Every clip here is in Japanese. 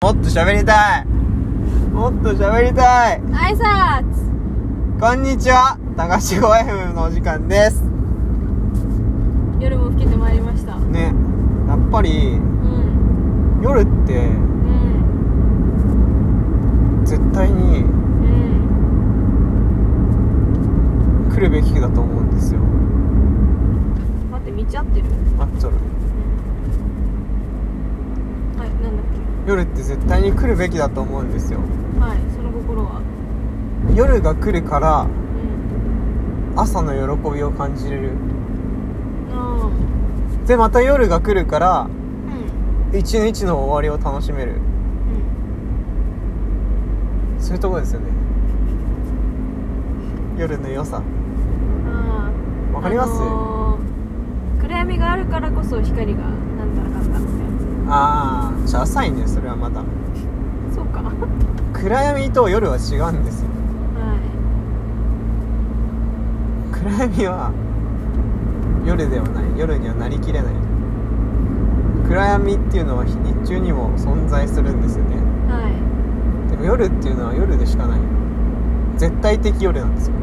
もっと喋りたいもっと喋りたい挨拶こんにちは高志 5FM のお時間です夜も更けてまいりましたうねやっぱりん夜ってうん絶対にうん来るべきだと思うんですよ待って道合ってるマッチョルはいなんだっけ夜って絶対に来るべきだと思うんですよはいその心は夜が来るからうん朝の喜びを感じれるあでまた夜が来るからーうん一日の終わりを楽しめるうんそういうとこですよね夜の良さあーわかります、あのー暗闇があるからこそ光がなんたらかんだみああじゃあ浅いねそれはまたたいなそうかは暗闇と夜は違うんですよい暗闇は夜ではない夜にはなりきれない暗闇っていうのは日日中にも存在するんですよねはでも夜っていうのは夜でしかない絶対的夜なんですよ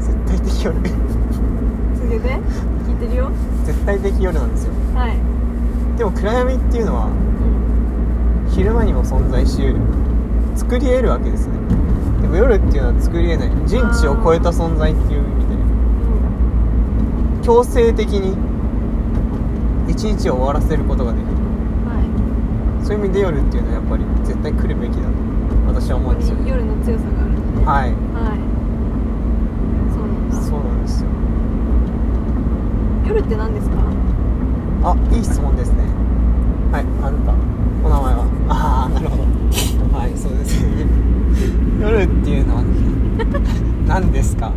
絶対的夜い続けて聞いてるよ絶対的夜なんですよはいでも暗闇っていうのはうん昼間にも存在しうる作り得るわけですねでも夜っていうのは作り得ない人知を超えた存在っていう意味でうん強制的に一日を終わらせることができるはいそういう意味で夜っていうのはやっぱり絶対来るべきだと私は思こうこんですよに夜の強さがあるんだねはいはいそうなんだそうなんですよ夜って何ですかあいい質問ですねはいあなたお名前はああなるほどはいそうですね夜っていうのは 何ですか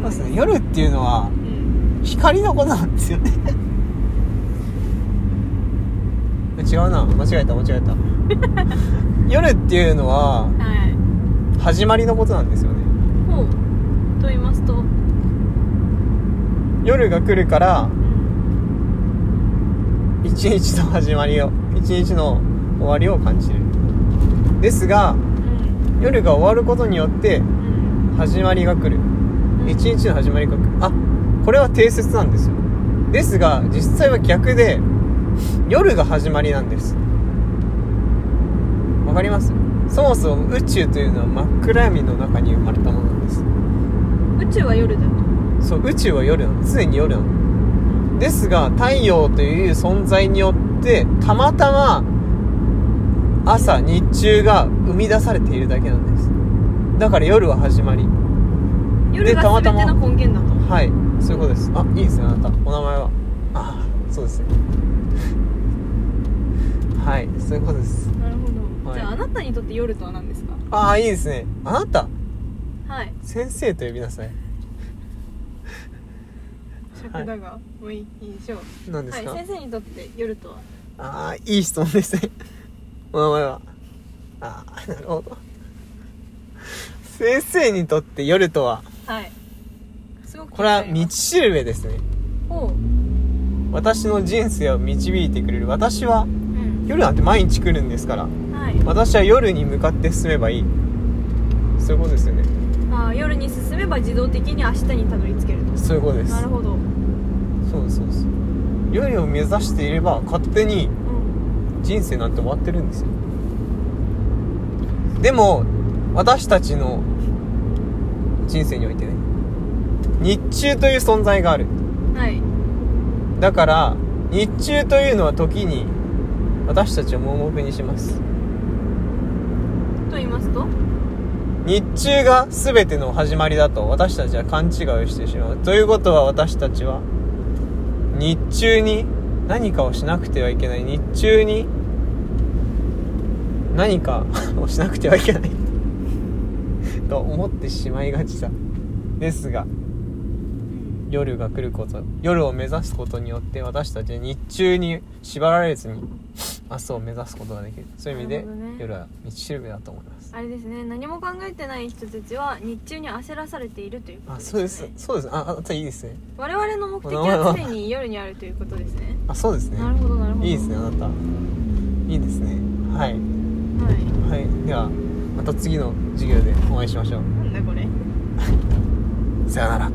そうですね夜っていうのはうん光のことなんですよね違うな間 違えた間違 えた夜っていうのははい始まりのことなんですよねほうと言いますとうん夜が来るから一日の始まりを一日の終わりを感じるですがうん夜が終わることによってうん始まりが来る一日の始まりが来るあこれは定説なんですよですが実際は逆で夜が始まりなんですわかりますそもそも宇宙というのは真っ暗闇の中に生まれたものなんです宇宙は夜だよそう宇宙は夜なの常に夜なのですが太陽という存在によってたまたま朝日中が生み出されているだけなんですだから夜は始まり夜がたまた全まての根源だとはいそういうことですあいいですねあなたお名前はあそうですね はいそういうことですなるほはどいじゃああなたにとって夜とは何ですかああいいですねあなたはい先生と呼びなさい尺だがもういいいいでしょう何ではすいか、先生にとって夜とはああいい質問ですね お名前はああなるほど先生にとって夜とははいすごくこれは気に道なりますしるべですねほう私の人生を導いてくれる私はうん夜なんて毎日来るんですからはい私は夜に向かって進めばいいそういうことですよねあー夜に進めば自動的に明日にたどり着けるそういうこととですなるほどうんそうですそうです夜を目指していれば勝手に人生なんて終わってるんですよでも私たちの人生においてね日中という存在があるはいだから日中というのは時に私たちを盲目にしますと言いますと日中が全ての始まりだと私たちは勘違いをしてしまうということは私たちは日中に何かをしなくてはいけない日中に何か をしなくてはいけない と思ってしまいがちだですがうん夜が来ること夜を目指すことによって私たちは日中に縛られずに 明日を目指すことができるそういう意味で、なるほどね夜は道しるべだと思いますあれですね何も考えてない人たちは日中に焦らされているということあです、ね、そうですそうですああといいですね我々 の目的は常に夜にあるということですねあそうですねなるほどなるほどいいですねあなたいいですねはいはいはいではまた次の授業でお会いしましょうなんだこれさよなら